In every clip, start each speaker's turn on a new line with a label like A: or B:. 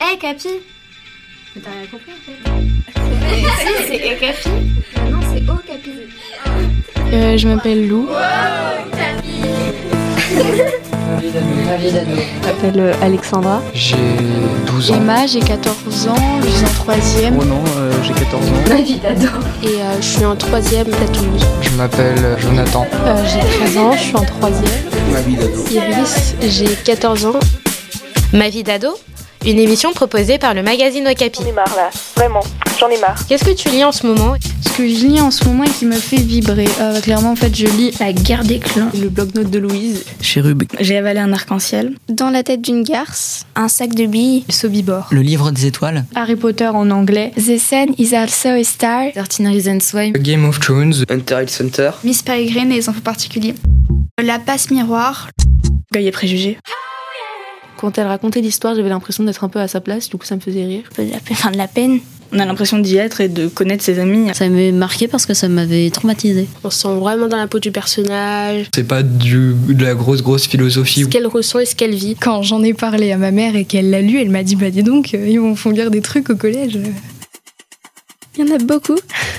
A: like, Happy
B: Mais t'as rien compris en fait.
A: Si, c'est Ek Happy
B: Ah non, c'est O capitaine.
C: Euh, je m'appelle Lou. Je m'appelle euh, Alexandra.
D: J'ai 12 ans.
C: Emma, j'ai 14 ans, je suis en 3ème
D: Oh non, euh, j'ai 14 ans.
C: et euh, je suis en 3ème à Toulouse.
D: Je m'appelle Jonathan.
C: Euh, j'ai 13 ans, je suis en 3ème. Iris, j'ai 14 ans.
E: Ma vie d'ado Une émission proposée par le magazine Okapi.
F: J'en ai marre là, vraiment, j'en ai marre.
E: Qu'est-ce que tu lis en ce moment
G: Ce que je lis en ce moment et qui me fait vibrer, euh, clairement en fait je lis La guerre des clans,
C: Le bloc-notes de Louise.
H: Chérub,
G: J'ai avalé un arc-en-ciel,
A: Dans la tête d'une garce.
I: un sac de billes,
C: Sobibor.
H: le livre des étoiles,
G: Harry Potter en anglais,
I: The Sun is also a star,
B: 13 Reasons Why.
D: Game of Thrones.
J: Hunter x Hunter.
I: Miss Peregrine et les enfants particuliers, La passe miroir,
G: Goy et préjugés.
C: Quand elle racontait l'histoire, j'avais l'impression d'être un peu à sa place, du coup ça me faisait rire.
I: un peu de la peine, enfin de la peine,
G: On a l'impression d'y être et de connaître ses amis.
B: Ça m'avait marqué parce que ça m'avait traumatisé.
C: On se sent vraiment dans la peau du personnage,
D: C'est pas du, de la grosse, grosse philosophie.
C: qu'elle ressent et ce qu'elle vit.
K: Quand j'en ai parlé à ma mère et qu'elle l'a lu, elle m'a dit Bah dis donc, euh, ils vont font lire des trucs au collège.
I: il y en a beaucoup,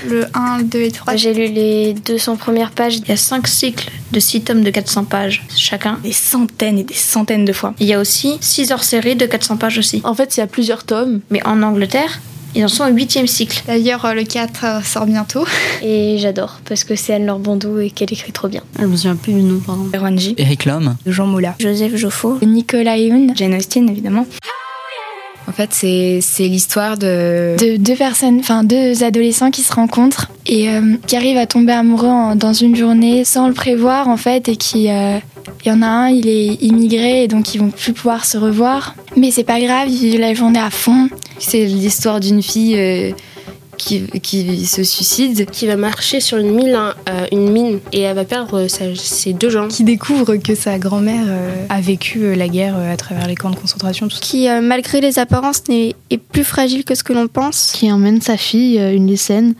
I: le 1, le 2 et 3,
A: J'ai lu les 200 premières pages.
F: Il y a 5 cycles de 6 tomes de 400 pages chacun.
G: Des centaines et des centaines de fois.
F: Il y a aussi 6 hors-séries de 400 pages aussi.
C: En fait, il y a plusieurs tomes.
F: Mais en Angleterre, ils en sont au 8 cycle.
I: d'ailleurs euh, le 4 euh, sort bientôt,
A: Et j'adore, parce que c'est Anne-Laure Bondou et qu'elle écrit trop bien.
B: Ah, Je me souviens plus du nom, pardon.
G: Erwanji,
H: Eric Lhomme,
G: Jean Moula,
I: Joseph Joffo,
K: Nicolas Youn.
G: Jane Austen évidemment.
K: En fait, c'est c'est l'histoire de.
L: de deux personnes, enfin deux adolescents qui se rencontrent et euh, qui arrivent à tomber amoureux en- dans une journée sans le prévoir en fait et qui euh, il y en a un, il est immigré et donc ils vont plus pouvoir se revoir. Mais c'est pas grave, ils vivent la journée à fond.
K: C'est l'histoire d'une fille euh, qui, qui se suicide.
C: Euh, Qui va marcher sur une mine, hein, euh, une mine et elle va perdre euh, sa- ses deux jambes.
K: Qui découvre que sa grand-mère euh, a vécu euh, la guerre euh, à travers les camps de concentration, tout ça.
A: Qui, euh, malgré les apparences, n'est- est plus fragile que ce que l'on pense.
L: Qui emmène sa fille, euh, une lycéenne,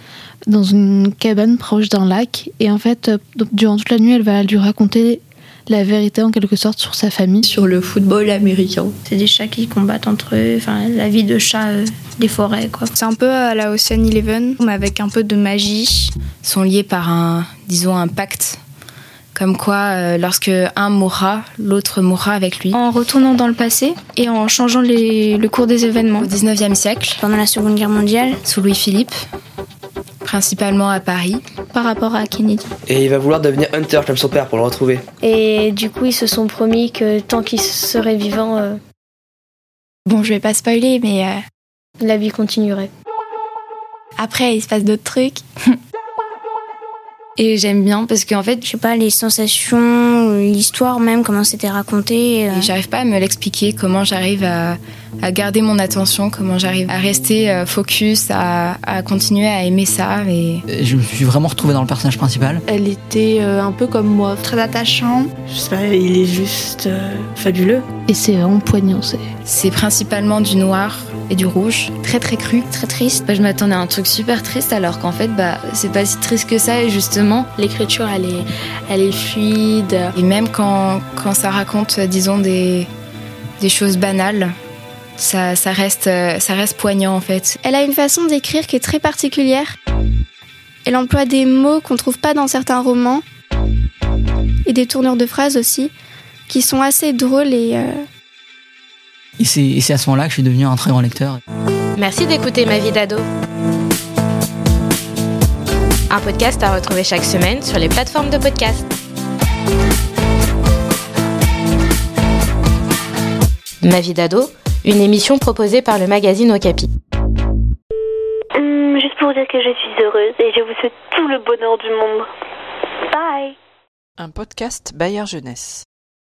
L: dans une cabane proche d'un lac et en fait euh, durant toute la nuit elle va lui raconter la vérité en quelque sorte sur sa famille.
B: Sur le football américain.
F: C'est des chats qui combattent entre eux, enfin la vie de chat euh, des forêts quoi.
I: c'est un peu à la Ocean Eleven,
K: mais avec un peu de magie, sont liés par un, disons, un pacte. Comme quoi, euh, lorsque un mourra, Ah, l'autre mourra avec lui.
I: en retournant dans le passé et en changeant les- le cours des événements.
K: Au 19e siècle,
I: Pendant la Seconde Guerre mondiale,
K: sous Louis-Philippe, principalement à Paris.
I: par rapport à Kennedy.
J: Et il va vouloir devenir Hunter comme son père pour le retrouver.
A: Et du coup, ils se sont promis que tant qu'ils seraient vivants, euh,
L: Bon, je vais pas spoiler mais euh,
A: la vie continuerait.
L: après il se passe d'autres trucs.
K: Et j'aime bien parce qu'en fait,
F: Je sais pas, les sensations, euh, l'histoire même, comment c'était raconté. euh,
K: Et J'arrive pas à me l'expliquer, comment j'arrive à, à garder mon attention, comment j'arrive à rester euh, focus, à, à continuer à aimer ça. Et...
H: Euh, je me suis vraiment retrouvé dans le personnage principal.
C: Elle était euh, un peu comme moi.
I: Très attachant,
G: Je sais pas, il est juste fabuleux.
L: Et c'est vraiment poignant, c'est.
K: C'est principalement du noir et du rouge, très très cru.
I: très triste.
B: Bah, je m'attendais à un truc super triste alors qu'en fait bah c'est pas si triste que ça et justement
C: L'écriture, elle est, elle est fluide.
K: Et même quand, quand ça raconte, euh, disons, des, des choses banales, ça, ça, reste, euh, ça reste poignant en fait.
A: Elle a une façon d'écrire qui est très particulière. Elle emploie des mots qu'on trouve pas dans certains romans et des tournures de phrases aussi qui sont assez drôles et euh,
H: Et c'est et c'est à ce moment-là que je suis devenu un très grand lecteur.
E: Merci d'écouter Ma vie d'ado. Un podcast à retrouver chaque semaine sur les plateformes de podcast. Ma vie d'ado, une émission proposée par le magazine Okapi.
F: Hum, juste pour dire que je suis heureuse et je vous souhaite tout le bonheur du monde. Bye
M: Un podcast Bayard Jeunesse.